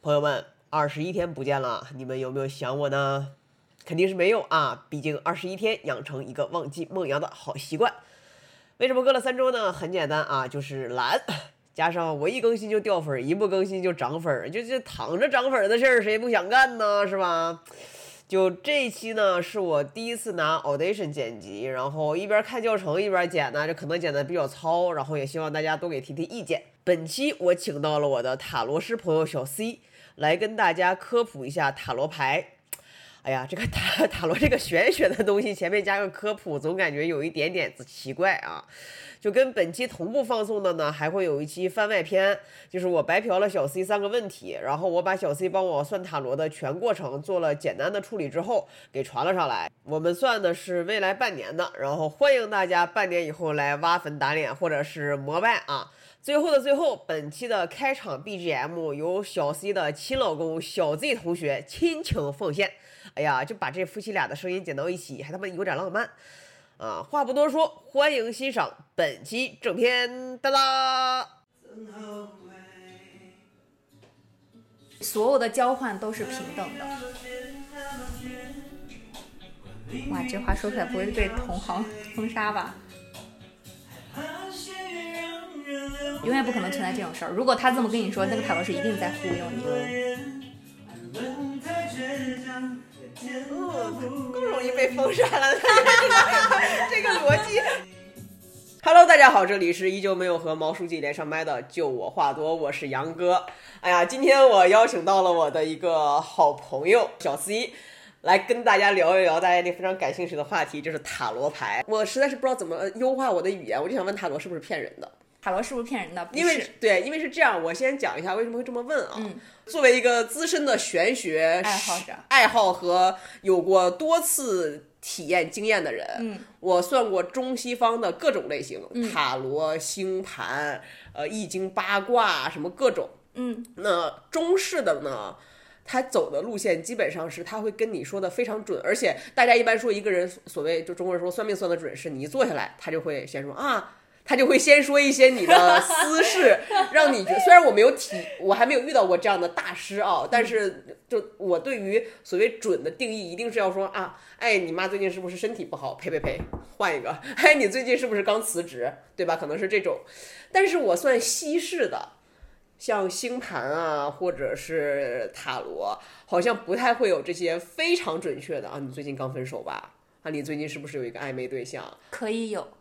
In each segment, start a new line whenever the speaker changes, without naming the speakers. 朋友们，二十一天不见了，你们有没有想我呢？肯定是没有啊，毕竟二十一天养成一个忘记梦阳的好习惯。为什么隔了三周呢？很简单啊，就是懒，加上我一更新就掉粉儿，一不更新就涨粉儿，就就躺着涨粉儿的事儿谁不想干呢？是吧？就这一期呢，是我第一次拿 Audition 剪辑，然后一边看教程一边剪呢，这可能剪的比较糙，然后也希望大家多给提提意见。本期我请到了我的塔罗师朋友小 C 来跟大家科普一下塔罗牌。哎呀，这个塔塔罗这个玄学的东西，前面加个科普，总感觉有一点点奇怪啊。就跟本期同步放送的呢，还会有一期番外篇，就是我白嫖了小 C 三个问题，然后我把小 C 帮我算塔罗的全过程做了简单的处理之后，给传了上来。我们算的是未来半年的，然后欢迎大家半年以后来挖坟打脸或者是膜拜啊。最后的最后，本期的开场 BGM 由小 C 的亲老公小 Z 同学亲情奉献。哎呀，就把这夫妻俩的声音剪到一起，还他妈有点浪漫啊！话不多说，欢迎欣赏本期正片，哒啦！
曾后悔。
所有的交换都是平等的。哇，这话说出来不会被同行 封杀吧？永远不可能存在这种事儿。如果他这么跟你说，那个塔罗师一定在忽悠你。哦
更容易被封杀了， 这个逻辑。Hello，大家好，这里是依旧没有和毛书记连上麦的，就我话多，我是杨哥。哎呀，今天我邀请到了我的一个好朋友小 C。来跟大家聊一聊大家一定非常感兴趣的话题，就是塔罗牌。我实在是不知道怎么优化我的语言，我就想问塔罗是不是骗人的。
塔罗是不是骗人的？不
因为
是
对，因为是这样，我先讲一下为什么会这么问啊。
嗯
作为一个资深的玄学
爱好者
爱好和有过多次体验经验的人，
嗯，
我算过中西方的各种类型，塔罗、星盘、呃易经、八卦啊什么各种。
嗯，
那中式的呢，他走的路线基本上是他会跟你说的非常准，而且大家一般说一个人所谓就中国人说算命算的准，是你一坐下来，他就会先说啊。他就会先说一些你的私事，让你觉虽然我没有体，我还没有遇到过这样的大师啊，但是就我对于所谓准的定义，一定是要说啊，哎，你妈最近是不是身体不好？呸呸呸，换一个。哎，你最近是不是刚辞职？对吧？可能是这种。但是我算西式的，像星盘啊，或者是塔罗，好像不太会有这些非常准确的啊。你最近刚分手吧？啊，你最近是不是有一个暧昧对象？
可以有，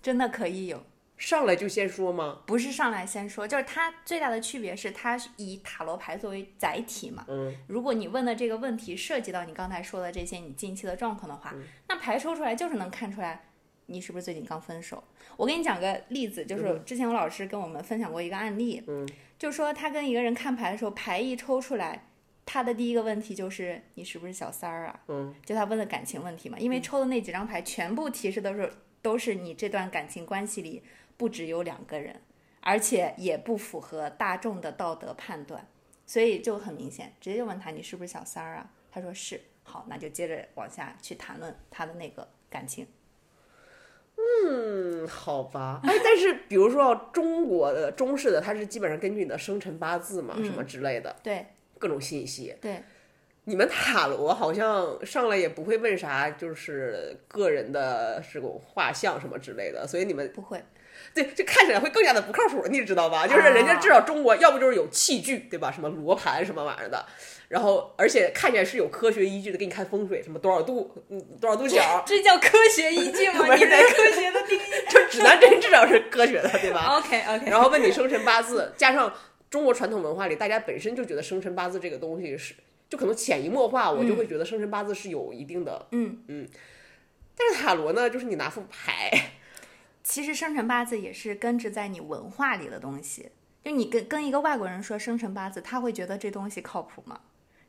真的可以有。
上来就先说吗？
不是上来先说，就是它最大的区别是它是以塔罗牌作为载体嘛。
嗯，
如果你问的这个问题涉及到你刚才说的这些你近期的状况的话，
嗯
那牌抽出来就是能看出来你是不是最近刚分手。我给你讲个例子，就是之前我老师跟我们分享过一个案例，
嗯，
就说他跟一个人看牌的时候，牌一抽出来。他的第一个问题就是你是不是小三儿啊？
嗯，
就他问的感情问题嘛，因为抽的那几张牌全部提示都是都是你这段感情关系里不只有两个人，而且也不符合大众的道德判断，所以就很明显，直接就问他你是不是小三儿啊？他说是，好，那就接着往下去谈论他的那个感情。
嗯，好吧。哎，但是比如说啊中国的中式的，它是基本上根据你的生辰八字嘛，什么之类的
对
各种信息。
对，
你们塔罗好像上来也不会问啥，就是个人的这种画像什么之类的，所以你们
不会，，
对，这看起来会更加的不靠谱，你知道吧？就是人家至少中国，要不就是有器具，对吧？什么罗盘什么玩意儿的，然后而且看起来是有科学依据的，给你看风水什么多少度，嗯，多少度角
这叫科学依据
不是
科学的定义
这指南针至少是科学的，对 吧？
？OK OK，
然后问你生辰八字，加上中国传统文化里，大家本身就觉得生辰八字这个东西是，就可能潜移默化，我就会觉得生辰八字是有一定的，
嗯
嗯。但是塔罗呢，就是你拿副牌，
其实生辰八字也是根植在你文化里的东西。就你跟跟一个外国人说生辰八字，他会觉得这东西靠谱吗？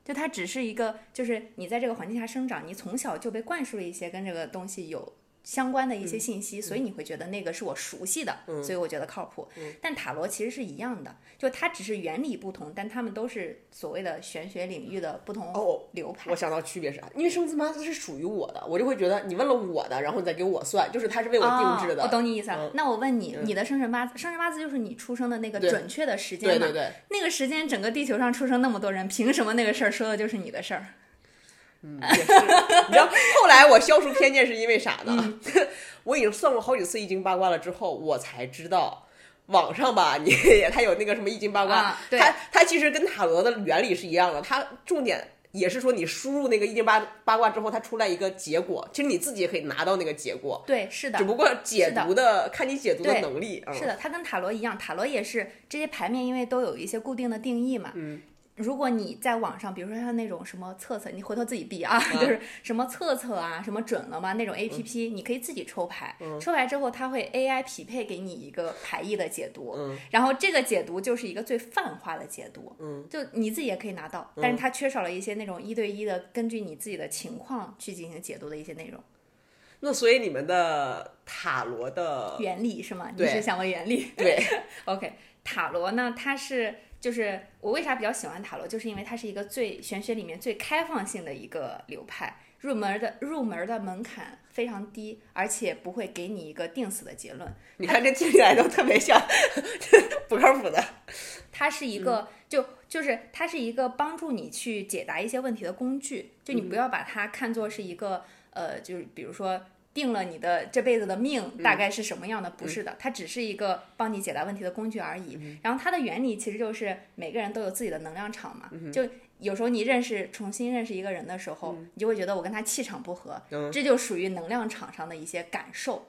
就它只是一个，就是你在这个环境下生长，你从小就被灌输了一些跟这个东西有相关的一
嗯
些信息，所以你会觉得那个是我熟悉的，所以我觉得靠谱。
嗯
但塔罗其实是一样的，就它只是原理不同，但它们都是所谓的玄学领域的不
哦
同流派。
我想到区别是啥？因为生字妈它是属于我的，我就会觉得你问了我的，然后你再给我算，就是它是为我定制的。
哦。我懂你意思啊。
嗯
那我问你，你的生辰八字，生辰八字就是你出生的那个准确的时间嘛？
对对对
那个时间，整个地球上出生那么多人，凭什么那个事儿说的就是你的事儿？
也是，你知道后来我消除偏见是因为啥呢？
嗯
我已经算过好几次易经八卦了，之后我才知道。网上吧，你 它有那个什么易经八卦，
啊对
它它其实跟塔罗的原理是一样的，它重点也是说你输入那个易经八八卦之后，它出来一个结果，其实你自己也可以拿到那个结果，
对，是的
只。不过解
是的
读的看你解读的
对
能力。嗯
是的，它跟塔罗一样，塔罗也是这些牌面，因为都有一些固定的定义嘛。嗯。如果你在网上，比如说像那种什么测测，你回头自己比啊，就是什么测测啊，什么准了吗那种 A P P，、你可以自己抽牌，抽牌之后它会 A I 匹配给你一个牌意的解读，然后这个解读就是一个最泛化的解读，嗯，就你自己也可以拿到，但是它缺少了一些那种一对一的根据你自己的情况去进行解读的一些内容，
那所以你们的塔罗的
原理是吗？你
对
是想问原理？
对
OK，塔罗呢，它是就是我为啥比较喜欢塔罗，就是因为它是一个最玄学里面最开放性的一个流派，入门的入门的门槛非常低，而且不会给你一个定死的结论。
你看这听起来都特别像 不靠谱的，
它是一个、就就是它是一个帮助你去解答一些问题的工具，就你不要把它看作是一个、呃，就是比如说。定了你的这辈子的命大概是什么样的？不是的，它只是一个帮你解答问题的工具而已。然后它的原理其实就是每个人都有自己的能量场嘛，就有时候你认识重新认识一个人的时候，你就会觉得我跟他气场不合，这就属于能量场上的一些感受。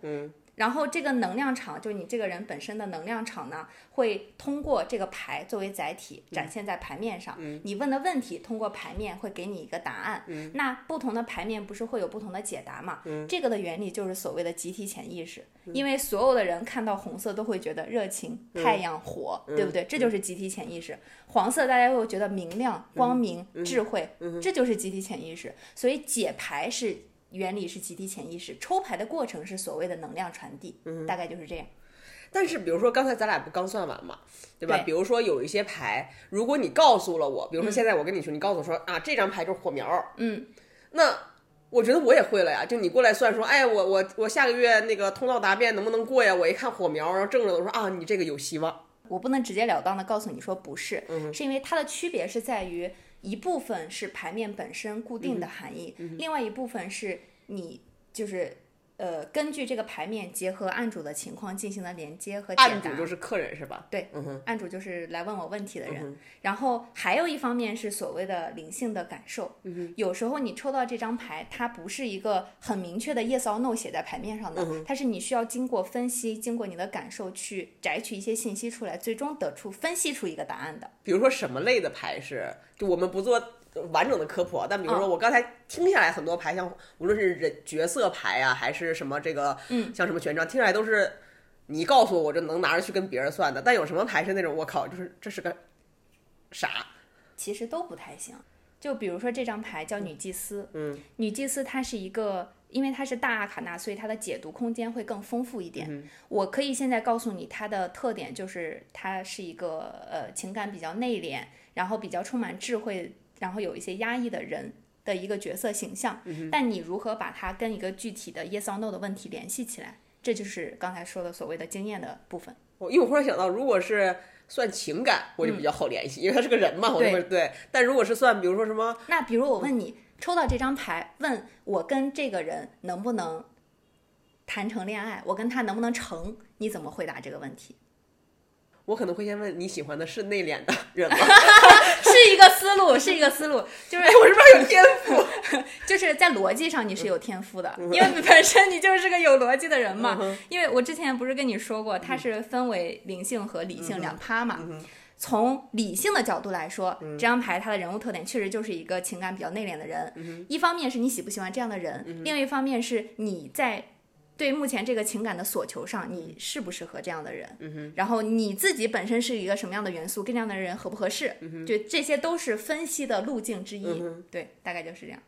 然后这个能量场，就你这个人本身的能量场呢，会通过这个牌作为载体展现在牌面上。你问的问题通过牌面会给你一个答案。那不同的牌面不是会有不同的解答嘛？这个的原理就是所谓的集体潜意识，因为所有的人看到红色都会觉得热情、太阳、火，对不对？这就是集体潜意识。黄色大家会觉得明亮、光明、智慧，这就是集体潜意识。所以解牌是原理是集体潜意识，抽牌的过程是所谓的能量传递，大概就是这样。
但是，比如说刚才咱俩不刚算完嘛，对吧？
对
比如说有一些牌，如果你告诉了我，比如说现在我跟你说，你告诉我说啊，这张牌就是火苗，
嗯，
那我觉得我也会了呀。就你过来算说，哎，我我我下个月那个通道答辩能不能过呀？我一看火苗，然后正着的，我说啊，你这个有希望。
我不能直截了当的告诉你说不是，
嗯
是因为它的区别是在于一部分是牌面本身固定
嗯
的含义，另外一部分是你就是呃根据这个牌面结合案主的情况进行了连接和解
案
答
主。就是客人是吧？
对，案主就是来问我问题的人。然后还有一方面是所谓的灵性的感受。有时候你抽到这张牌，它不是一个很明确的 yes or no 写在牌面上的，它是你需要经过分析，经过你的感受去摘取一些信息出来，最终得出分析出一个答案的。
比如说什么类的牌是，就我们不做完整的科普啊，但比如说
嗯
我刚才听下来很多牌，像无论是人角色牌啊，还是什么这个，嗯，像什么权杖，听起来都是你告诉我，我就能拿着去跟别人算的。但有什么牌是那种我靠，就是这是个啥？
其实都不太行。就比如说这张牌叫女祭司，嗯，女祭司她是一个，因为她是大阿卡纳，所以她的解读空间会更丰富一点。我可以现在告诉你它的特点就是它是一个呃情感比较内敛，然后比较充满智慧，然后有一些压抑的人。的一个角色形象，但你如何把它跟一个具体的 yes or no 的问题联系起来，这就是刚才说的所谓的经验的部分。
我因为我忽然想到，如果是算情感，我就比较好联系，因为他是个人嘛，我就
对
会嗯对。但如果是算，比如说什么，
那比如我问你，抽到这张牌，问我跟这个人能不能谈成恋爱，我跟他能不能成，你怎么回答这个问题？
我可能会先问你喜欢的是内敛的人 吗？
是一个思路，是一个思路，就是
哎，我是不是有天赋？
就是在逻辑上你是有天赋的，因为本身你就是个有逻辑的人嘛。因为我之前不是跟你说过，它是分为灵性和理性两趴嘛。从理性的角度来说，这张牌它的人物特点确实就是一个情感比较内敛的人。一方面是你喜不喜欢这样的人，另一方面是你在对目前这个情感的所求上，你适不适合这样的人？然后你自己本身是一个什么样的元素，跟这样的人合不合适？就这些都是分析的路径之一。对，大概就是这样。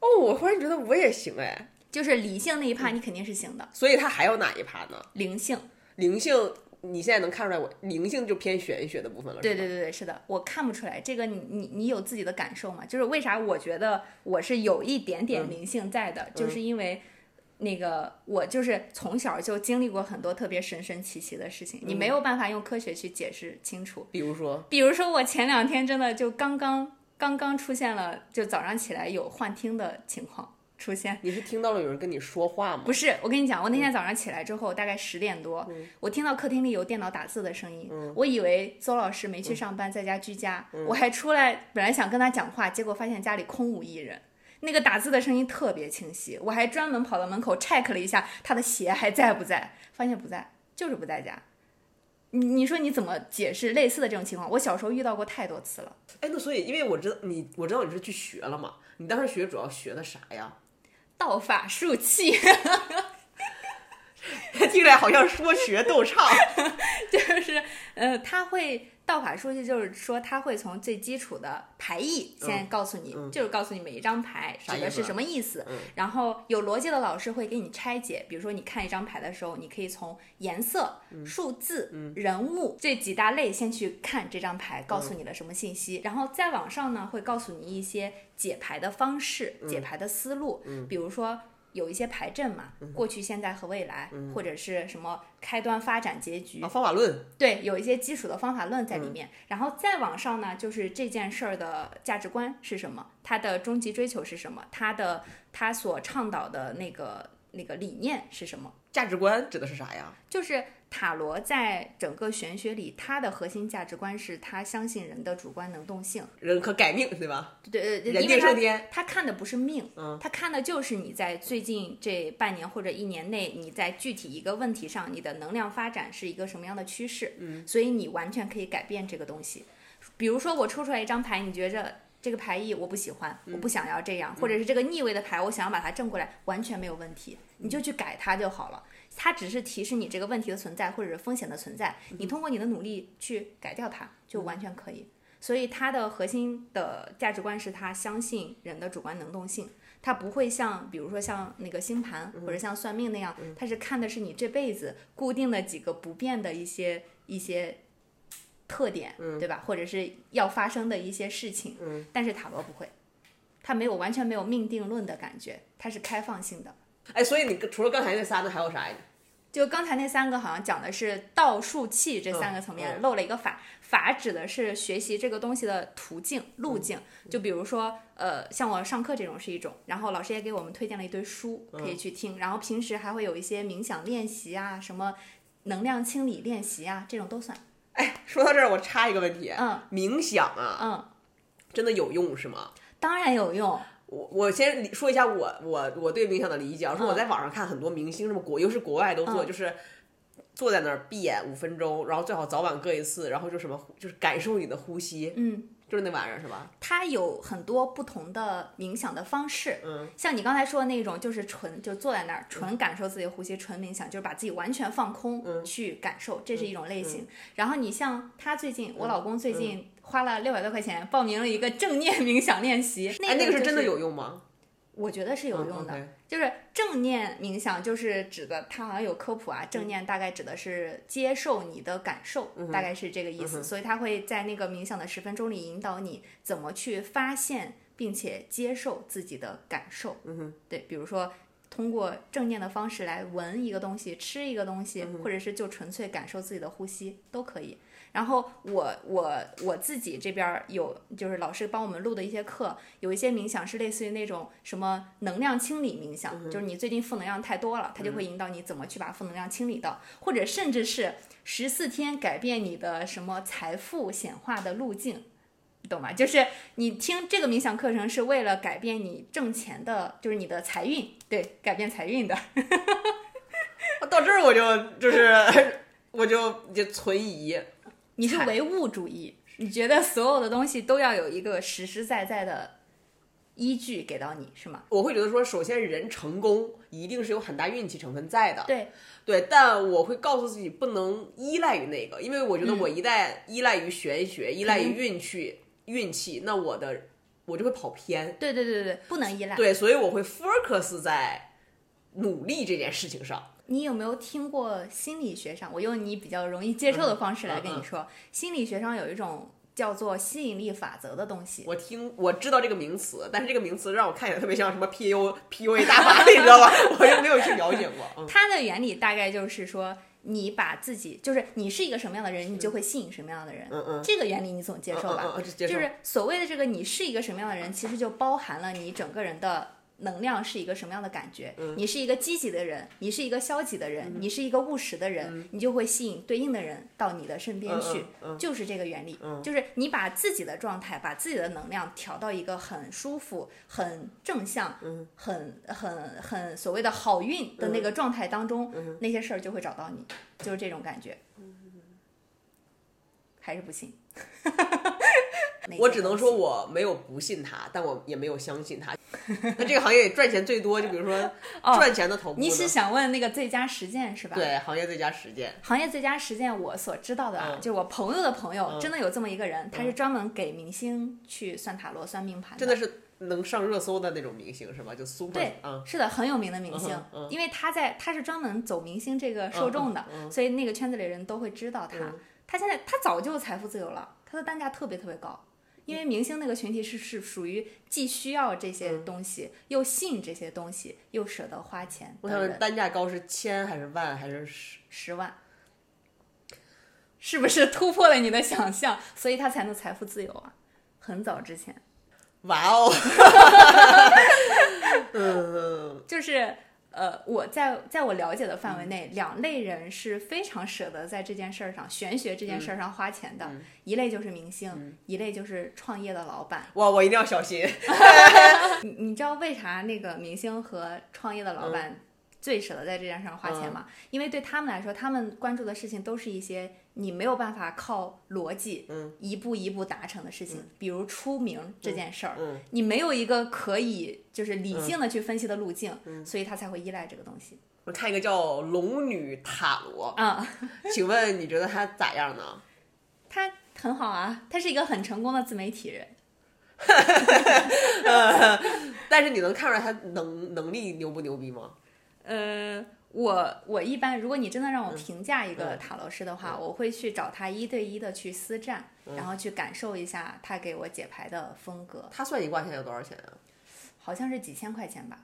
哦，我忽然觉得我也行哎。
就是理性那一趴你肯定是行的，
所以它还有哪一趴呢？
灵性，
灵性，你现在能看出来我灵性就偏玄学的部分了，
对
是吧
对对对，是的，我看不出来这个你你你有自己的感受吗？就是为啥我觉得我是有一点点灵性在的，就是因为。那个，我就是从小就经历过很多特别神神奇奇的事情，你没有办法用科学去解释清楚。
比如说，
比如说，我前两天真的就刚刚刚刚出现了，就早上起来有幻听的情况出现。
你是听到了有人跟你说话吗？
不是，我跟你讲，我那天早上起来之后，大概十点多，我听到客厅里有电脑打字的声音，我以为邹老师没去上班，在家居家，我还出来，本来想跟他讲话，结果发现家里空无一人。那个打字的声音特别清晰，我还专门跑到门口 check 了一下他的鞋还在不在，发现不在，就是不在家。你你说你怎么解释类似的这种情况？我小时候遇到过太多次了。
哎，那所以因为我知道你，我知道你是去学了嘛，你当时学主要学的啥呀？
道法术器，
听起来好像说学逗 唱，啊
就是呃，他会道法术器，就是说他会从最基础的牌意先告诉你，就是告诉你每一张牌
嗯啥
指的
意思
是
啊
什么意思。然后有逻辑的老师会给你拆解，比如说你看一张牌的时候，你可以从颜色、
嗯
数字、人物这几大类先去看这张牌告
嗯
诉你了什么信息，然后再往上呢会告诉你一些解牌的方式、
嗯
解牌的思路，比如说。有一些牌阵嘛，
嗯
过去、现在和未来，或者是什么开端、发展、结局
啊，，方法论，
对，有一些基础的方法论在里面，然后再往上呢，就是这件事儿的价值观是什么，他的终极追求是什么，他的他所倡导的那个那个理念是什么，
价值观指的是啥呀？
就是塔罗在整个玄学里，它的核心价值观是他相信人的主观能动性，
人可改命，对吧？
对，对
人
因为
定胜
他
天。
他看的不是命，
嗯
他看的就是你在最近这半年或者一年内，你在具体一个问题上，你的能量发展是一个什么样的趋势，嗯，所以你完全可以改变这个东西。比如说我抽出来一张牌，你觉着这个牌意我不喜欢，我
嗯
不想要这样，或者是这个逆位的牌，我想要把它正过来，完全没有问题，你就去改它就好了。它只是提示你这个问题的存在，或者是风险的存在，
嗯
你通过你的努力去改掉它，就完全可以。所以它的核心的价值观是它相信人的主观能动性，它不会像比如说像那个星盘或者像算命那样，它是看的是你这辈子固定的几个不变的一些一些特点，对吧？或者是要发生的一些事情，但是塔罗不会。它没有完全没有命定论的感觉，它是开放性的。
哎，所以你除了刚才那仨，那还有啥呀？
就刚才那三个好像讲的是道术器这三个层面，
嗯
漏了一个法，法指的是学习这个东西的途径路径。
嗯
就比如说，呃，像我上课这种是一种，然后老师也给我们推荐了一堆书
嗯
可以去听，然后平时还会有一些冥想练习啊，什么能量清理练习啊，这种都算。
哎，说到这儿，我插一个问题，
嗯，
冥想啊，
嗯，
真的有用是吗？
当然有用。
我我先理说一下我我我对冥想的理解啊，说我在网上看很多明星，什么国又是国外都做，
嗯
就是坐在那儿闭眼五分钟，然后最好早晚各一次，然后就什么就是感受你的呼吸，
嗯，
就是那玩意儿是吧？
它有很多不同的冥想的方式，嗯，像你刚才说的那种，就是纯就坐在那儿，纯感受自己的呼吸，纯冥想，就是把自己完全放空、
嗯
去感受，这是一种类型。然后你像他最近，
嗯
我老公最近花了六百多块钱报名了一个正念冥想练习，
哎，那
个
个
就是
真的有，用吗？
我觉得是有用的。
嗯，OK
就是正念冥想，就是指的它好像有科普啊，正念大概指的是接受你的感受，大概是这个意思。所以它会在那个冥想的十分钟里引导你怎么去发现并且接受自己的感受。嗯哼，对，比如说通过正念的方式来闻一个东西、吃一个东西，或者是就纯粹感受自己的呼吸都可以。然后我我我自己这边儿有，就是老师帮我们录的一些课，有一些冥想是类似于那种什么能量清理冥想，就是你最近负能量太多了，它就会引导你怎么去把负能量清理掉，或者甚至是十四天改变你的什么财富显化的路径。你懂吗？就是你听这个冥想课程是为了改变你挣钱的，就是你的财运，对，改变财运的。
啊到这儿我就就是 我就就存疑，
你是
菜
唯物主义，你觉得所有的东西都要有一个实实在在的依据给到你，是吗？
我会觉得说，首先人成功一定是有很大运气成分在的，
对，
对，但我会告诉自己不能依赖于那个，因为我觉得
嗯
我一旦依赖于玄学，依赖于运气，运气，那我的我就会跑偏。
对对对对，不能依赖。
对，所以我会 focus 在努力这件事情上。
你有没有听过心理学上？我用你比较容易接受
嗯
的方式来跟你说，心理学上有一种叫做吸引力法则的东西。
我听我知道这个名词，但是这个名词让我看起来特别像什么 PU PUA 大 法，你知道吧？我就没有去了解过。嗯，
它的原理大概就是说，你把自己就是你是一个什么样的人，你就会吸引什么样的人。
嗯嗯
这个原理你总接受吧？
嗯嗯嗯接受
就是所谓的这个你是一个什么样的人，其实就包含了你整个人的。能量是一个什么样的感觉？
嗯
你是一个积极的人，你是一个消极的人，你是一个务实的
嗯
人，你就会吸引对应的人到你的身边去，就是这个原理。
嗯
就是你把自己的状态，把自己的能量调到一个很舒服、很正向、
嗯
很很很所谓的好运的那个状态当中，
嗯
那些事儿就会找到你，就是这种感觉。还是 不信。
我只能说我没有不信他，但我也没有相信他。那这个行业里赚钱最多，就比如 说赚钱的头部呢，
哦你是想问那个最佳实践是吧？。
对行业最佳实践。
行业最佳实践，我所知道的啊，
嗯
就是我朋友的朋友，真的有这么一个人，他是专门给明星去算塔罗、算命盘
真的是能上热搜的那种明星是吧？就 super
对
啊，
是的，很有名的明星
嗯，哼嗯嗯
因为他在他是专门走明星这个受众的，所以那个圈子里人都会知道他。他现在他早就财富自由了，他的单价特别特别高，因为明星那个群体是是属于既需要这些
嗯
东西，又信这些东西，又舍得花钱
我想
的
问
人，
单价高是千还是万还是十？
十万。是不是突破了你的想象，所以他才能财富自由啊？很早之前，
哇哦，嗯，
就是呃，我在在我了解的范围内，两类人是非常舍得在这件事儿上，玄学这件事儿上花钱的。一类就是明星，一类就是创业的老板。
我我一定要小心。
你你知道为啥那个明星和创业的
嗯
老板最舍得在这件事上花钱吗？因为对他们来说，他们关注的事情都是一些你没有办法靠逻辑，一步一步达成的事情，比如出名这件事儿，
嗯嗯
你没有一个可以就是理性的去分析的路径，
嗯
所以他才会依赖这个东西。
我看一个叫《龙女塔罗
啊，》，
请问你觉得它咋样呢？
他很好啊，他是一个很成功的自媒体人。
但是你能看出来他能能力牛不牛逼吗？
呃，我我一般，如果你真的让我评价一个塔罗师的话，我会去找他一对一的去私占，然后去感受一下他给我解牌的风格，
他算一卦现在有多少钱啊？
好像是几千块钱吧。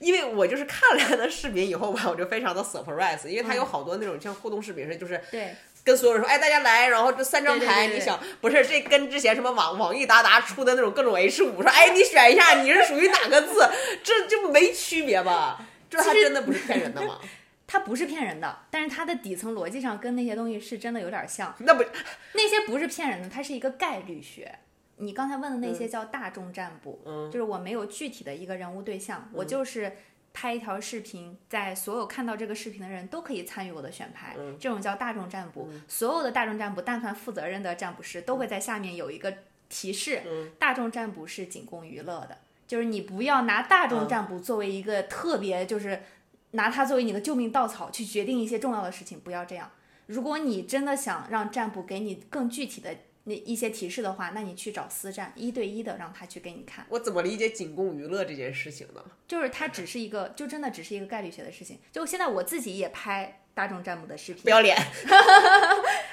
因为我就是看了他的视频以后吧，我就非常的 surprise，因为他有好多那种像互动视频似的，就是
对，
跟所有人说，哎，大家来，然后这三张
对对
牌，
对
你
对
想不是这跟之前什么网网易达达出的那种各种 H 五，说哎你选一下你是属于哪个字， 这就没区别吧？这他真的不是骗人的吗？
它不是骗人的，但是它的底层逻辑上跟那些东西是真的有点像。
那不
那些不是骗人的，它是一个概率学。你刚才问的那
嗯
些叫大众占卜，就是我没有具体的一个人物对象，
嗯
我就是拍一条视频，在所有看到这个视频的人都可以参与我的选牌，
嗯
这种叫大众占卜。所有的大众占卜，但凡负责任的占卜师都会在下面有一个提示，
嗯
大众占卜是仅供娱乐的，就是你不要拿大
嗯
众占卜作为一个特别，就是拿它作为你的救命稻草去决定一些重要的事情，不要这样。如果你真的想让占卜给你更具体的那一些提示的话，那你去找私占，一对一的让他去给你看，
我怎么理解仅供娱乐这件事情呢？
就是它只是一个，就真的只是一个概率学的事情。就现在我自己也拍大众占卜的视频
不，要 脸，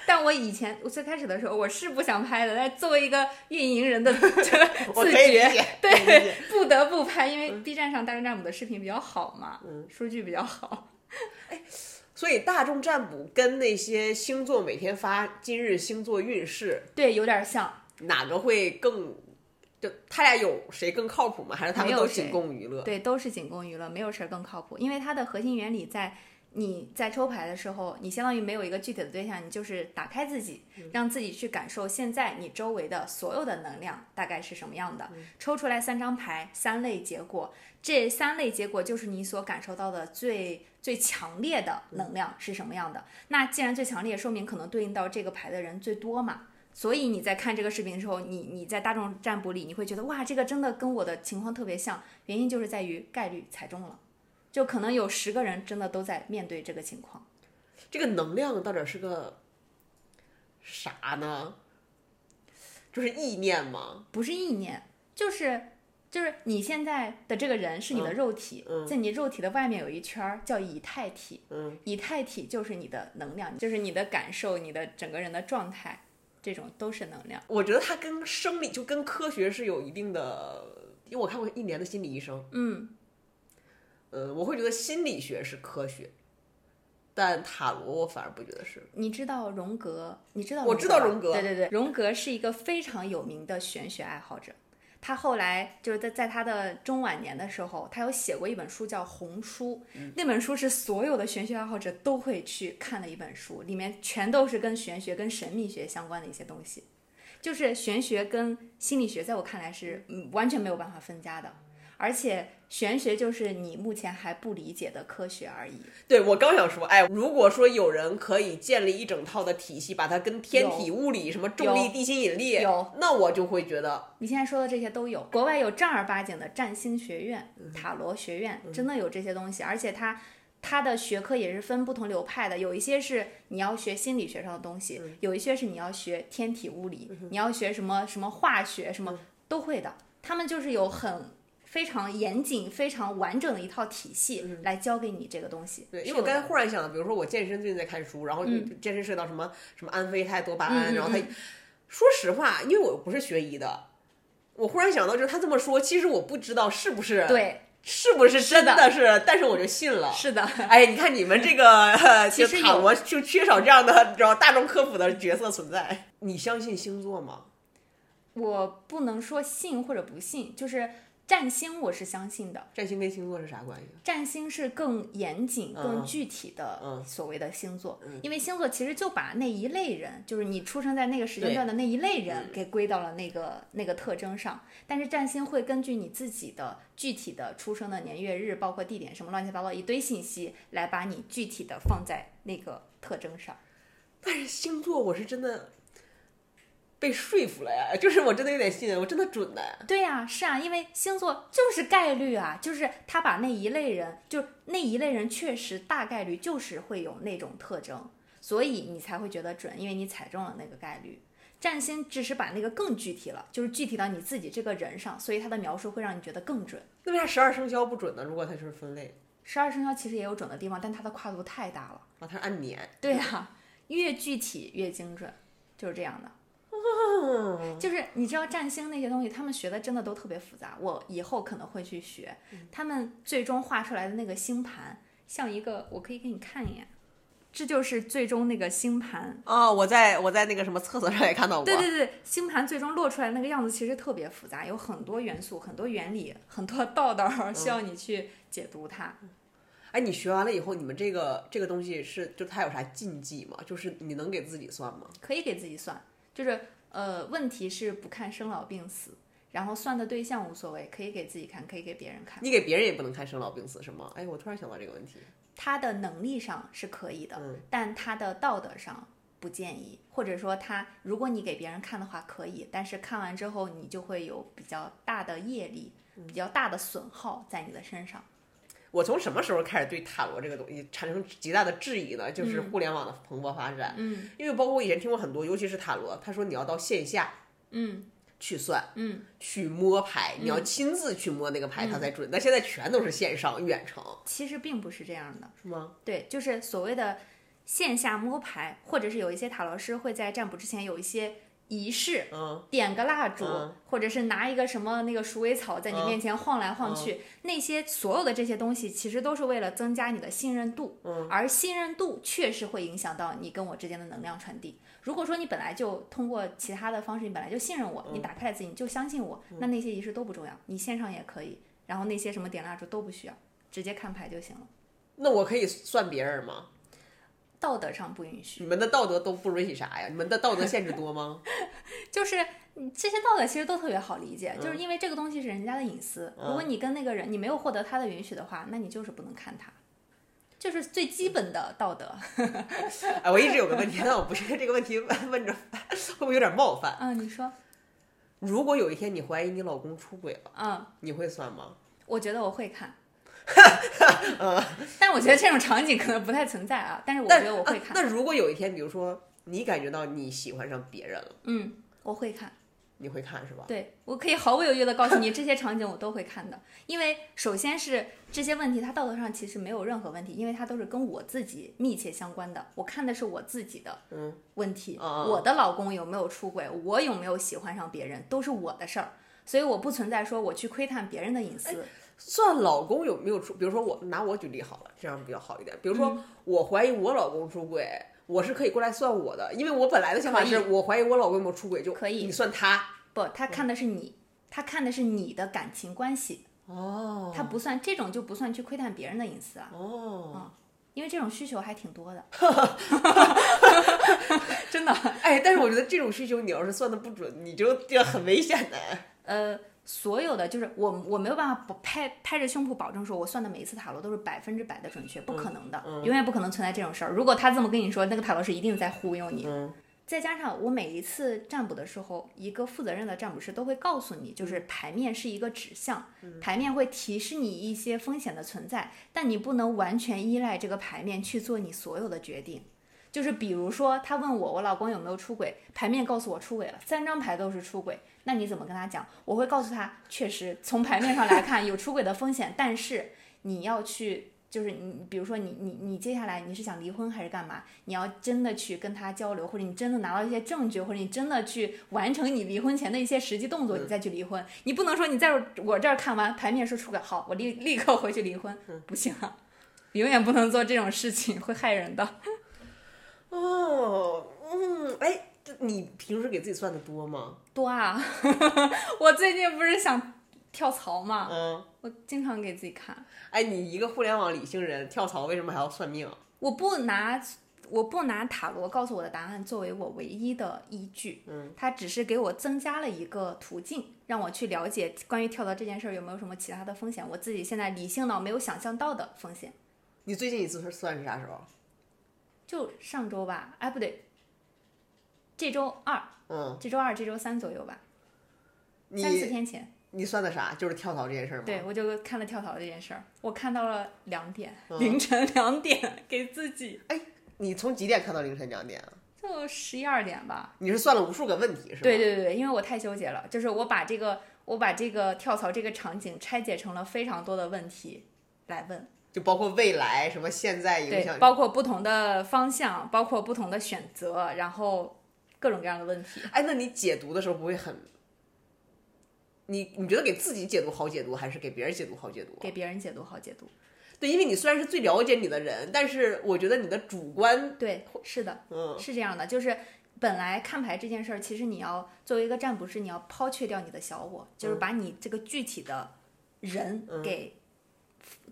但我以前我最开始的时候我是不想拍的，但是作为一个运营人的
我
自
可以理
觉，
解，嗯
对，不得不拍，因为 B 站上大众占卜的视频比较好嘛，数据比较好。
所以大众占卜跟那些星座每天发今日星座运势，
对，有点像，
哪个会更？就他俩有谁更靠谱吗？还是他
没
们
有
都
谁
仅供娱乐？
对，都是仅供娱乐，没有事儿更靠谱，因为它的核心原理在。你在抽牌的时候，你相当于没有一个具体的对象，你就是打开自己，让自己去感受现在你周围的所有的能量大概是什么样的。抽出来三张牌，三类结果，这三类结果就是你所感受到的最最强烈的能量是什么样的。那既然最强烈，说明可能对应到这个牌的人最多嘛。所以你在看这个视频的时候，你你在大众占卜里，你会觉得哇，这个真的跟我的情况特别像。原因就是在于概率踩中了，就可能有十个人真的都在面对这个情况。
这个能量到底是个啥呢？就是意念吗？
不是意念，就是就是你现在的这个人是你的肉体，在你肉体的外面有一圈儿叫以太体，
嗯，
以太体就是你的能量，就是你的感受，你的整个人的状态，这种都是能量。
我觉得它跟生理就跟科学是有一定的，因为我看过一年的心理医生，
嗯，
嗯，我会觉得心理学是科学，但塔罗我反而不觉得是。
你知道荣格？你知道
我知道
吧
荣格
对对对，荣格是一个非常有名的玄学爱好者。他后来就是在在他的中晚年的时候，他有写过一本书叫《红书》，
嗯
那本书是所有的玄学爱好者都会去看的一本书，里面全都是跟玄学、跟神秘学相关的一些东西。就是玄学跟心理学，在我看来是嗯完全没有办法分家的，而且玄学就是你目前还不理解的科学而已。
对我刚想说，哎，如果说有人可以建立一整套的体系，把它跟天体
有
物理、什么重力、
有
地心引力，
有
那我就会觉得，
你现在说的这些都有，国外有正儿八经的占星学院、
嗯
塔罗学院，真的有这些东西，而且它。它的学科也是分不同流派的，有一些是你要学心理学上的东西，
嗯
有一些是你要学天体物理，你要学什么什么化学，
嗯
什么都会的。他们就是有很非常严谨、非常完整的一套体系来教给你这个东西。
嗯对，
是
因为我
有的嗯
刚才忽然想到，比如说我健身最近在看书，然后健身涉及到什么、什么安非肽、多巴胺，
嗯嗯
然后他说实话，因为我不是学医的，我忽然想到，就是他这么说，其实我不知道是不是，
对，
是不是真
的
的是，但是我就信了。
是的，
哎，你看你们这个，呃
其
就
实
塔
有
罗就缺少这样的，知道大众科普的角色存在。你相信星座吗？
我不能说信或者不信，就是占星我是相信的，
占星跟星座是啥关系？
占星是更严谨、
嗯
更具体的
嗯
所谓的星座，因为星座其实就把那一类人，就是你出生在那个时间
对
段的那一类人，给归到了那个那个特征上。但是占星会根据你自己的具体的出生的年月日，包括地点什么乱七八糟一堆信息，来把你具体的放在那个特征上。
但是星座我是真的被说服了呀，就是我真的有点信，我真的准的。
对呀、是啊，因为星座就是概率啊，就是他把那一类人，就是那一类人确实大概率就是会有那种特征，所以你才会觉得准，因为你踩中了那个概率。占星只是把那个更具体了，就是具体到你自己这个人上，所以它的描述会让你觉得更准。
那为啥十二生肖不准呢？如果它是分类，
十二生肖其实也有准的地方，但它的跨度太大了。
啊，它是按年。
对啊，越具体越精准，就是这样的。就是你知道占星那些东西，他们学的真的都特别复杂，我以后可能会去学。他们最终画出来的那个星盘，像一个，我可以给你看一眼，这就是最终那个星盘。
啊、我在我在那个什么厕所上也看到过。
对对对，星盘最终落出来的那个样子其实特别复杂，有很多元素、很多原理、很多道道儿需要你去解读它。
哎，你学完了以后，你们这个这个东西是就它有啥禁忌吗？就是你能给自己算吗？
可以给自己算，就是呃，问题是不看生老病死，然后算的对象无所谓，可以给自己看，可以给别人看。
你给别人也不能看生老病死是吗？哎，我突然想到这个问题。
他的能力上是可以的，
嗯
但他的道德上不建议，或者说他如果你给别人看的话可以，但是看完之后你就会有比较大的业力，
嗯
比较大的损耗在你的身上。
我从什么时候开始对塔罗这个东西产生极大的质疑呢？就是互联网的蓬勃发展，
嗯，
因为包括我以前听过很多，尤其是塔罗，他说你要到线下
嗯
去算，
嗯，
去摸牌，你要亲自去摸那个牌，它才准。但现在全都是线上远程，
其实并不是这样的，
是吗？
对，就是所谓的线下摸牌，或者是有一些塔罗师会在占卜之前有一些仪式，
嗯，
点个蜡烛，
嗯
或者是拿一个什么那个鼠尾草在你
嗯
面前晃来晃去，那些所有的这些东西其实都是为了增加你的信任度，
嗯
而信任度确实会影响到你跟我之间的能量传递。如果说你本来就通过其他的方式，你本来就信任我，你
嗯
打开了自己，你就相信我，那那些仪式都不重要，你线上也可以，然后那些什么点蜡烛都不需要，直接看牌就行了，
那我可以算别人吗？
道德上不允许。
你们的道德都不允许啥呀？你们的道德限制多吗？
就是嗯这些道德其实都特别好理解，就是因为这个东西是人家的隐私。如果你跟那个人你没有获得他的允许的话，那你就是不能看他，就是最基本的道德。
哎，我一直有个问题，但我不确定这个问题问问着 会不会有点冒犯。
嗯，你说，
如果有一天你怀疑你老公出轨了，
嗯，
你会算吗？
我觉得我会 看。但我觉得这种场景可能不太存在啊，嗯但是我觉
但
得我会
啊
看，
那如果有一天，比如说你感觉到你喜欢上别人了，
嗯，我会看，
你会看是吧？
对我可以毫不犹豫的告诉你，这些场景我都会看的，因为首先是这些问题，它道德上其实没有任何问题，因为它都是跟我自己密切相关的，我看的是我自己的
嗯
问题，
哦
我的老公有没有出轨，我有没有喜欢上别人，都是我的事儿，所以我不存在说我去窥探别人的隐
哎
私，
算老公有没有出？比如说我拿我举例好了，这样比较好一点。比如
嗯
说我怀疑我老公出轨，我是可以过来算我的，因为我本来的想法
可以
是我怀疑我老公有没有出轨，就
可以
你算他
不，他看的是你，他看的是你的感情关系，
哦
他不算这种就不算去窥探别人的隐私啊，
哦，
因为这种需求还 挺多的， 真的，
哎，但是我觉得这种需求你要是算的不准，你就这很危险的。
呃，所有的就是我我没有办法保拍拍着胸脯保证说，我算的每一次塔罗都是百分之百的准确，不可能的，永远不可能存在这种事儿。如果他这么跟你说，那个塔罗是一定在忽悠你。
嗯
再加上我每一次占卜的时候，一个负责任的占卜师都会告诉你，就是牌面是一个指向，牌面会提示你一些风险的存在，但你不能完全依赖这个牌面去做你所有的决定。就是比如说，他问我我老公有没有出轨，牌面告诉我出轨了，三张牌都是出轨，那你怎么跟他讲？我会告诉他，确实从牌面上来看有出轨的风险，但是你要去。就是你，比如说你你你接下来你是想离婚还是干嘛？你要真的去跟他交流，或者你真的拿到一些证据，或者你真的去完成你离婚前的一些实际动作，你再去离婚。你不能说你在我这儿看完牌面说出轨，好，我立立刻回去离婚，不行啊，永远不能做这种事情，会害人的。
哦，嗯，哎，这你平时给自己算的多吗？
多啊！ 我最近不是想跳槽嘛，
嗯，
我经常给自己看，
哎，你一个互联网理性人跳槽为什么还要算命？啊
我不拿我不拿塔罗告诉我的答案作为我唯一的依据，
嗯，
它只是给我增加了一个途径，让我去了解关于跳槽这件事儿有没有什么其他的风险，我自己现在理性到没有想象到的风险。
你最近一次是算是啥时候？
就上周吧，哎不对，这周二，
嗯，
这周二、这周三左右吧，
你
三四天前。
你算的啥？就是跳槽这件事儿吗？
对，，我就看了跳槽这件事儿，我看到了两点，
嗯
凌晨两点给自己，
你从几点看到凌晨两点啊？
就十一二点吧。
你是算了无数个问题是吧？
对对对对，因为我太纠结了，就是我把这个我把这个跳槽这个场景拆解成了非常多的问题来问，
就包括未来什么现在影
对，
响，
包括不同的方向，包括不同的选择，然后各种各样的问题。
哎，那你解读的时候不会很，你你觉得给自己解读好解读，还是给别人解读好解读？啊
给别人解读好解读，
对，因为你虽然是最了解你的人，但是我觉得你的主观，
对，是的，
嗯，
是这样的，就是本来看牌这件事儿，其实你要作为一个占卜师，你要抛却掉你的小我，就是把你这个具体的人给、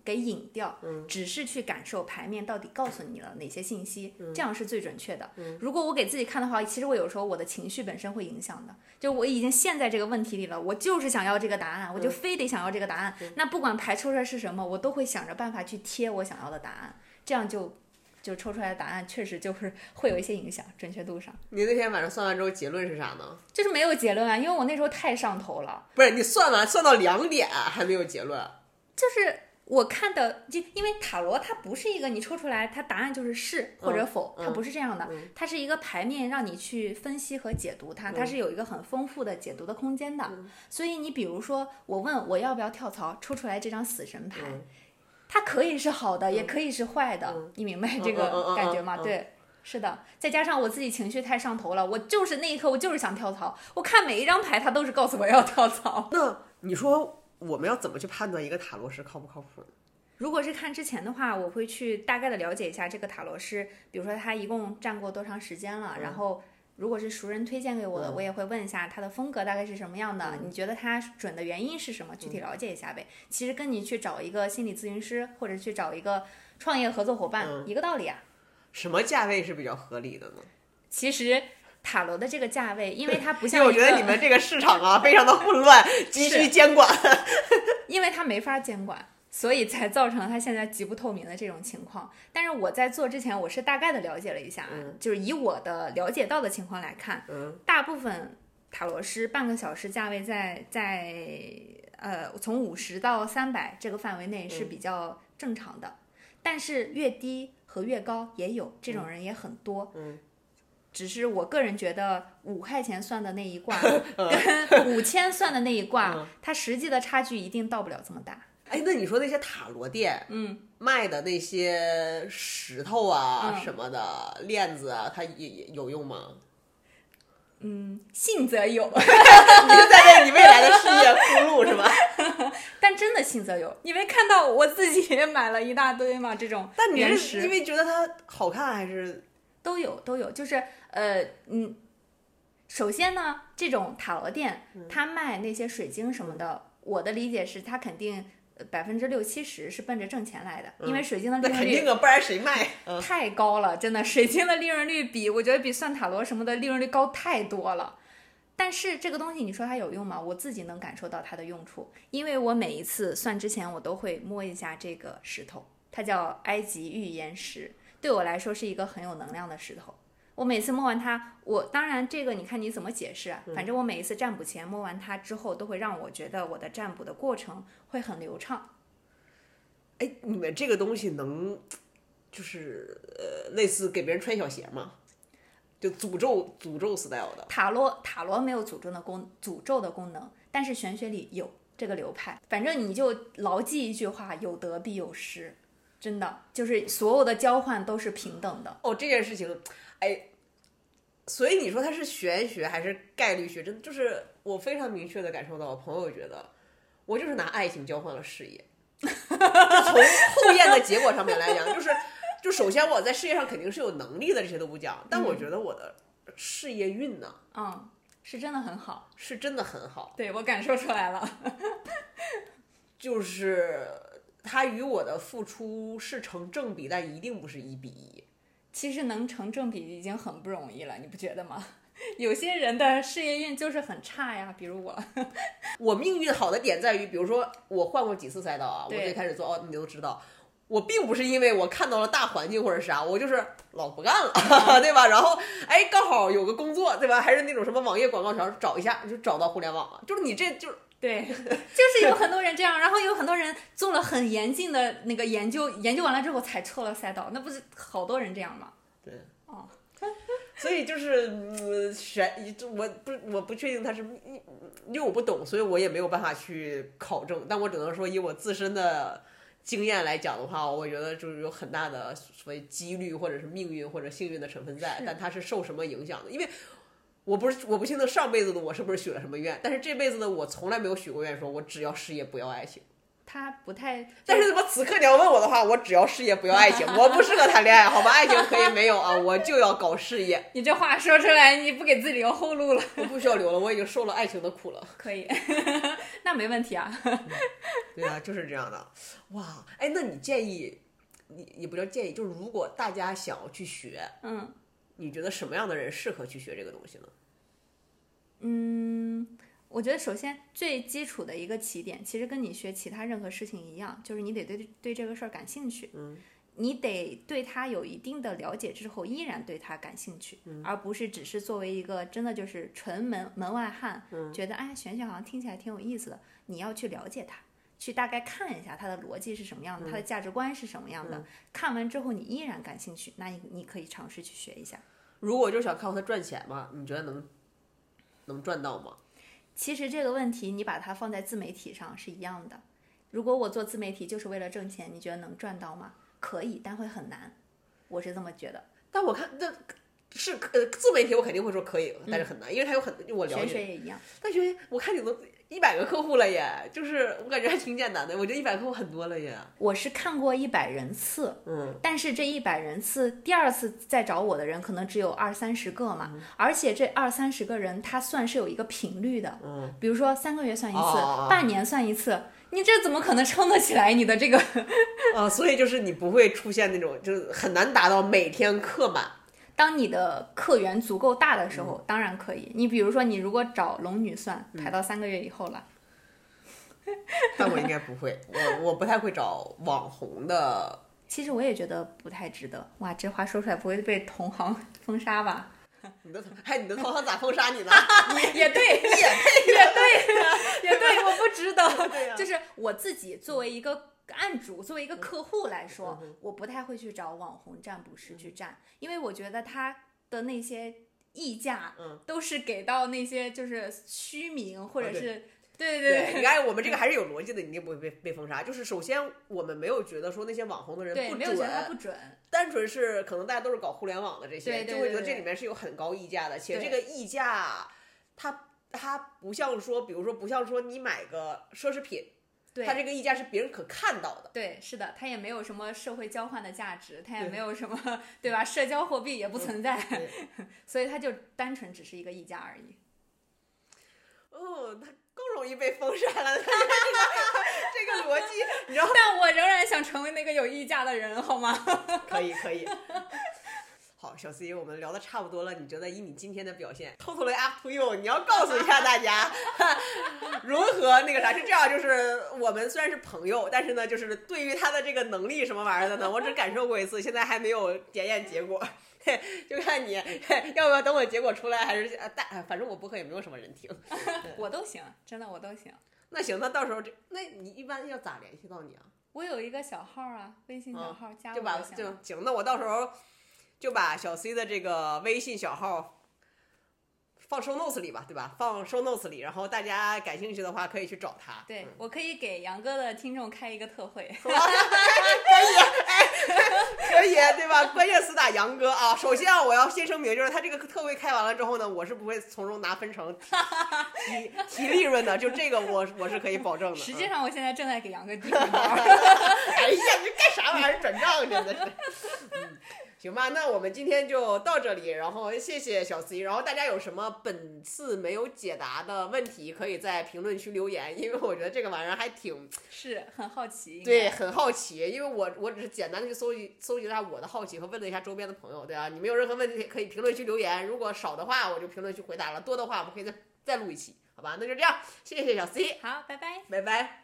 给引掉，只是去感受牌面到底告诉你了哪些信息，这样是最准确的。如果我给自己看的话，其实我有时候我的情绪本身会影响的，就我已经陷在这个问题里了，我就是想要这个答案，我就非得想要这个答案。那不管牌抽出来是什么，我都会想着办法去贴我想要的答案，这样就就抽出来的答案确实就是会有一些影响，准确度上
你那天晚上算完之后结论是啥呢？
就是没有结论啊，因为我那时候太上头了，
不是你算完算到两点啊还没有结论，
就是我看的就因为塔罗它不是一个你抽出来它答案就是是或
嗯
者否，它不是这样的，它是一个牌面让你去分析和解读它，
嗯
它是有一个很丰富的解读的空间的，所以你比如说我问我要不要跳槽，抽出来这张死神牌。它可以是好的，也可以是坏的，你明白
嗯嗯嗯
这
嗯
个
嗯
感觉吗？
嗯
对，是的，再加上我自己情绪太上头了，我就是那一刻我就是想跳槽。我看每一张牌，它都是告诉我要跳槽。
那你说我们要怎么去判断一个塔罗师靠不靠谱呢？
如果是看之前的话，我会去大概的了解一下这个塔罗师，比如说他一共站过多长时间了，
嗯
然后如果是熟人推荐给我的，我也会问一下他的风格大概是什么样
嗯
的，你觉得他准的原因是什么？具体了解一下呗。其实跟你去找一个心理咨询师或者去找一个创业合作伙伴、
嗯
一个道理啊。
什么价位是比较合理的呢？
其实塔罗的这个价位，因为它不
因为
像
我
一
觉得
个
你们这个市场 啊，非常的混乱，急需监管。
因为它没法监管，所以才造成了它现在极不透明的这种情况。但是我在做之前，我是大概的了解了一下，啊就是以我的了解到的情况来看，
嗯
大部分塔罗师半个小时价位在在呃从五十到三百这个范围内
嗯
是比较正常的，但是越低和越高也有这种人也很多。
嗯
只是我个人觉得，五块钱算的那一 卦跟五千算的那一
嗯
卦，它实际的差距一定到不了这么大。
哎，那你说那些塔罗店，嗯，卖的那些石头啊、什么的链子啊，它也也有用 吗？
信则有，
你是在为你未来的事业铺路是 吧？
但真的信则有。你没看到我自己也买了一大堆吗？这种
但你
原
是
石
因为觉得它好看还是？
都有都有，就是呃嗯，首先呢，这种塔罗店
嗯
它卖那些水晶什么的，我的理解是它肯定呃百分之六七十是奔着挣钱来的，因为水晶的
那
利润
肯
率
定啊，不然谁卖？嗯，
呃太高了，真的，水晶的利润率比我觉得比算塔罗什么的利润率高太多了。但是这个东西你说它有用吗？我自己能感受到它的用处，因为我每一次算之前，我都会摸一下这个石头，它叫埃及预言石，对我来说是一个很有能量的石头。我每次摸完它，我当然这个你看你怎么解释啊？反正我每一次占卜前摸完它之后，都会让我觉得我的占卜的过程会很流畅。
哎，你们这个东西能就是呃，类似给别人穿小鞋吗？就诅咒诅咒 style 的，
塔罗塔罗没有诅咒的功诅咒的功能，但是玄学里有这个流派。反正你就牢记一句话：有得必有失，真的就是所有的交换都是平等的。
哦，这件事情，哎，所以你说它是玄学还是概率学？真的就是我非常明确的感受到，我朋友觉得我就是拿爱情交换了事业，就从后验的结果上面来讲，就是就首先我在事业上肯定是有能力的，这些都不讲，但我觉得我的事业运呢
嗯，是真的很好，
是真的很好，
对我感受出来了。
就是它与我的付出是成正比，但一定不是一比一。
其实能成正比已经很不容易了，你不觉得吗？ 有些人的事业运就是很差呀，比如我。
我命运好的点在于，比如说我换过几次赛道啊，我
对
最开始做奥，你都知道，我并不是因为我看到了大环境或者啥，我就是老不干了， 对吧？然后哎，刚好有个工作，对吧？还是那种什么网页广告条找一下，就找到互联网了，就是你这就是
对， 就是有很多人这样，然后有很多人做了很严谨的那个研究，研究完了之后才错了赛道，那不是好多人这样吗？
对。
哦，
所以就是嗯选，我不我不确定他是，因为我不懂，所以我也没有办法去考证。但我只能说，以我自身的经验来讲的话，我觉得就是有很大的所谓几率或者是命运或者幸运的成分在
是，
但它是受什么影响的？因为我不是我不清楚上辈子的我是不是许了什么愿，但是这辈子的我从来没有许过愿，说我只要事业不要爱情。
他不太，
但是怎么此刻你要问我的话，我只要事业不要爱情，我不适合谈恋爱，好吧？爱情可以没有啊，我就要搞事业。
你这话说出来，你不给自己留后路了。
我不需要留了，我已经受了爱情的苦了。
可以， 那没问题啊。
对啊，就是这样的。哇，哎，那你建议，你也不叫建议，就是如果大家想要去学，
嗯
你觉得什么样的人适合去学这个东西呢？
嗯，我觉得首先最基础的一个起点，其实跟你学其他任何事情一样，就是你得对对这个事儿感兴趣。
嗯。
你得对它有一定的了解之后，依然对它感兴趣，而不是只是作为一个真的就是纯门门外汉，觉得哎玄学好像听起来挺有意思的，你要去了解它，去大概看一下它的逻辑是什么样的，它的价值观是什么样的。看完之后你依然感兴趣，那你你可以尝试去学一下。
如果就是想靠它赚钱嘛，你觉得能能赚到吗？
其实这个问题你把它放在自媒体上是一样的。如果我做自媒体就是为了挣钱，你觉得能赚到吗？可以，但会很难。我是这么觉得。
但我看那是呃自媒体，我肯定会说可以，但是很难，因为它有很我了
玄
解。
学也一样，
但嗯学我看你都一百个客户了耶，就是我感觉还挺简单的，我觉得一百客户很多了耶。
我是看过一百人次，
嗯，
但是这一百人次，第二次再找我的人可能只有二三十个
嗯
嘛，而且这二三十个人他算是有一个频率的，
嗯，
比如说三个月算一次，
哦哦哦
半年算一次，你这怎么可能撑得起来你的这个？
啊，所以就是你不会出现那种，就是很难达到每天客满。
当你的客源足够大的时
嗯
候，当然可以。你比如说，你如果找龙女算，排到三个月以后了，
但我应该不会，我我不太会找网红的。
其实我也觉得不太值得。哇，这话说出来不会被同行封杀吧？
你的同哎，你的同行咋封杀你呢？
也对，也对，也对，也对，我不值得。
啊对啊嗯呀
就是我自己作为一个案主，作为一
嗯
个客户来说，我不太会去找网红占卜师去占，因为我觉得他的那些溢价，
嗯，
都是给到那些就是虚名或
啊
者
对
是、对
对， 你看我们这个还是有逻辑的，你也不会被被封杀。就是首先我们没有觉得说那些网红的人
对，
不
没有觉
准
得，它不准，
单纯是可能大家都是搞互联网的这些，
对对
就会觉得
对
这里面是有很高溢价的，且
对
这个溢价它它不像说，比如说不像说你买个奢侈品，
对
它这个溢价是别人可看到的。
对，是的，它也没有什么社会交换的价值，它也
对
没有什么，对吧？社交货币也不存在， 所以它就单纯只是一个溢价而已。
哦，它更容易被封杀了。 它这个这个逻辑，你知道？
但我仍然想成为那个有溢价的人，好吗？
可以可以。 好，小 C，我们聊的差不多了。你觉得以你今天的表现，totally up to you，你要告诉一下大家 如何那个啥？是这样，就是我们虽然是朋友，但是呢，就是对于他的这个能力什么玩意儿的呢，我只感受过一次，现在还没有检验结果，就看你要不要等我结果出来，还是呃但反正我播客也没有什么人听。
我都行，真的我都行。
那行，那到时候这，那你一般要咋联系到你啊？
我有一个小号啊，微信小号，加我
就把
就行
就
了。
行，那我到时候就把小 C 的这个微信小号放 show notes 里吧，对吧？放 show notes 里，然后大家感兴趣的话可以去找他。嗯
对，我可以给杨哥的听众开一个特惠。
可以，啊对吧？关键词打杨哥啊！首先啊，我要先声明，就是他这个特惠开完了之后呢，我是不会从中拿分成提 提提利润的，就这个我我是可以保证的。
实际
嗯，
上，我现在正在给杨 哥递红包。
哎呀，你干啥玩意儿转账，真的是。嗯行吧，那我们今天就到这里，然后谢谢小 C，然后大家有什么本次没有解答的问题，可以在评论区留言，因为我觉得这个玩意儿还挺
是很好奇，应该
对，很好奇，因为我我只是简单的去搜集搜集了一下我的好奇和问了一下周边的朋友，对啊，你们有任何问题可以评论区留言，如果少的话我就评论区回答了，多的话我们可以再再录一期，好吧？那就这样，谢谢小 C，
好，拜拜。
拜拜。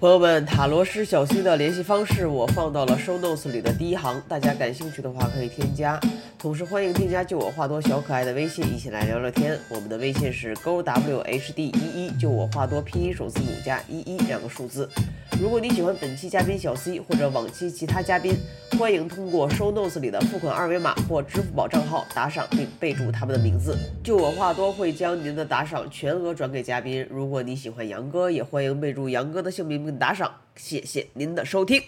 朋友们，塔罗师小 C 的联系方式我放到了 show notes 里的第一行，大家感兴趣的话可以添加。同时欢迎添加就我话多小可爱的微信，一起来聊聊天。我们的微信是 g w h d 一一，就我话多拼音首字母加一一两个数字。如果你喜欢本期嘉宾小 C 或者往期其他嘉宾，欢迎通过 show notes 里的付款二维码或支付宝账号打赏，并备注他们的名字。就我话多会将您的打赏全额转给嘉宾。如果你喜欢杨哥，也欢迎备注杨哥的姓名并打赏。谢谢您的收听。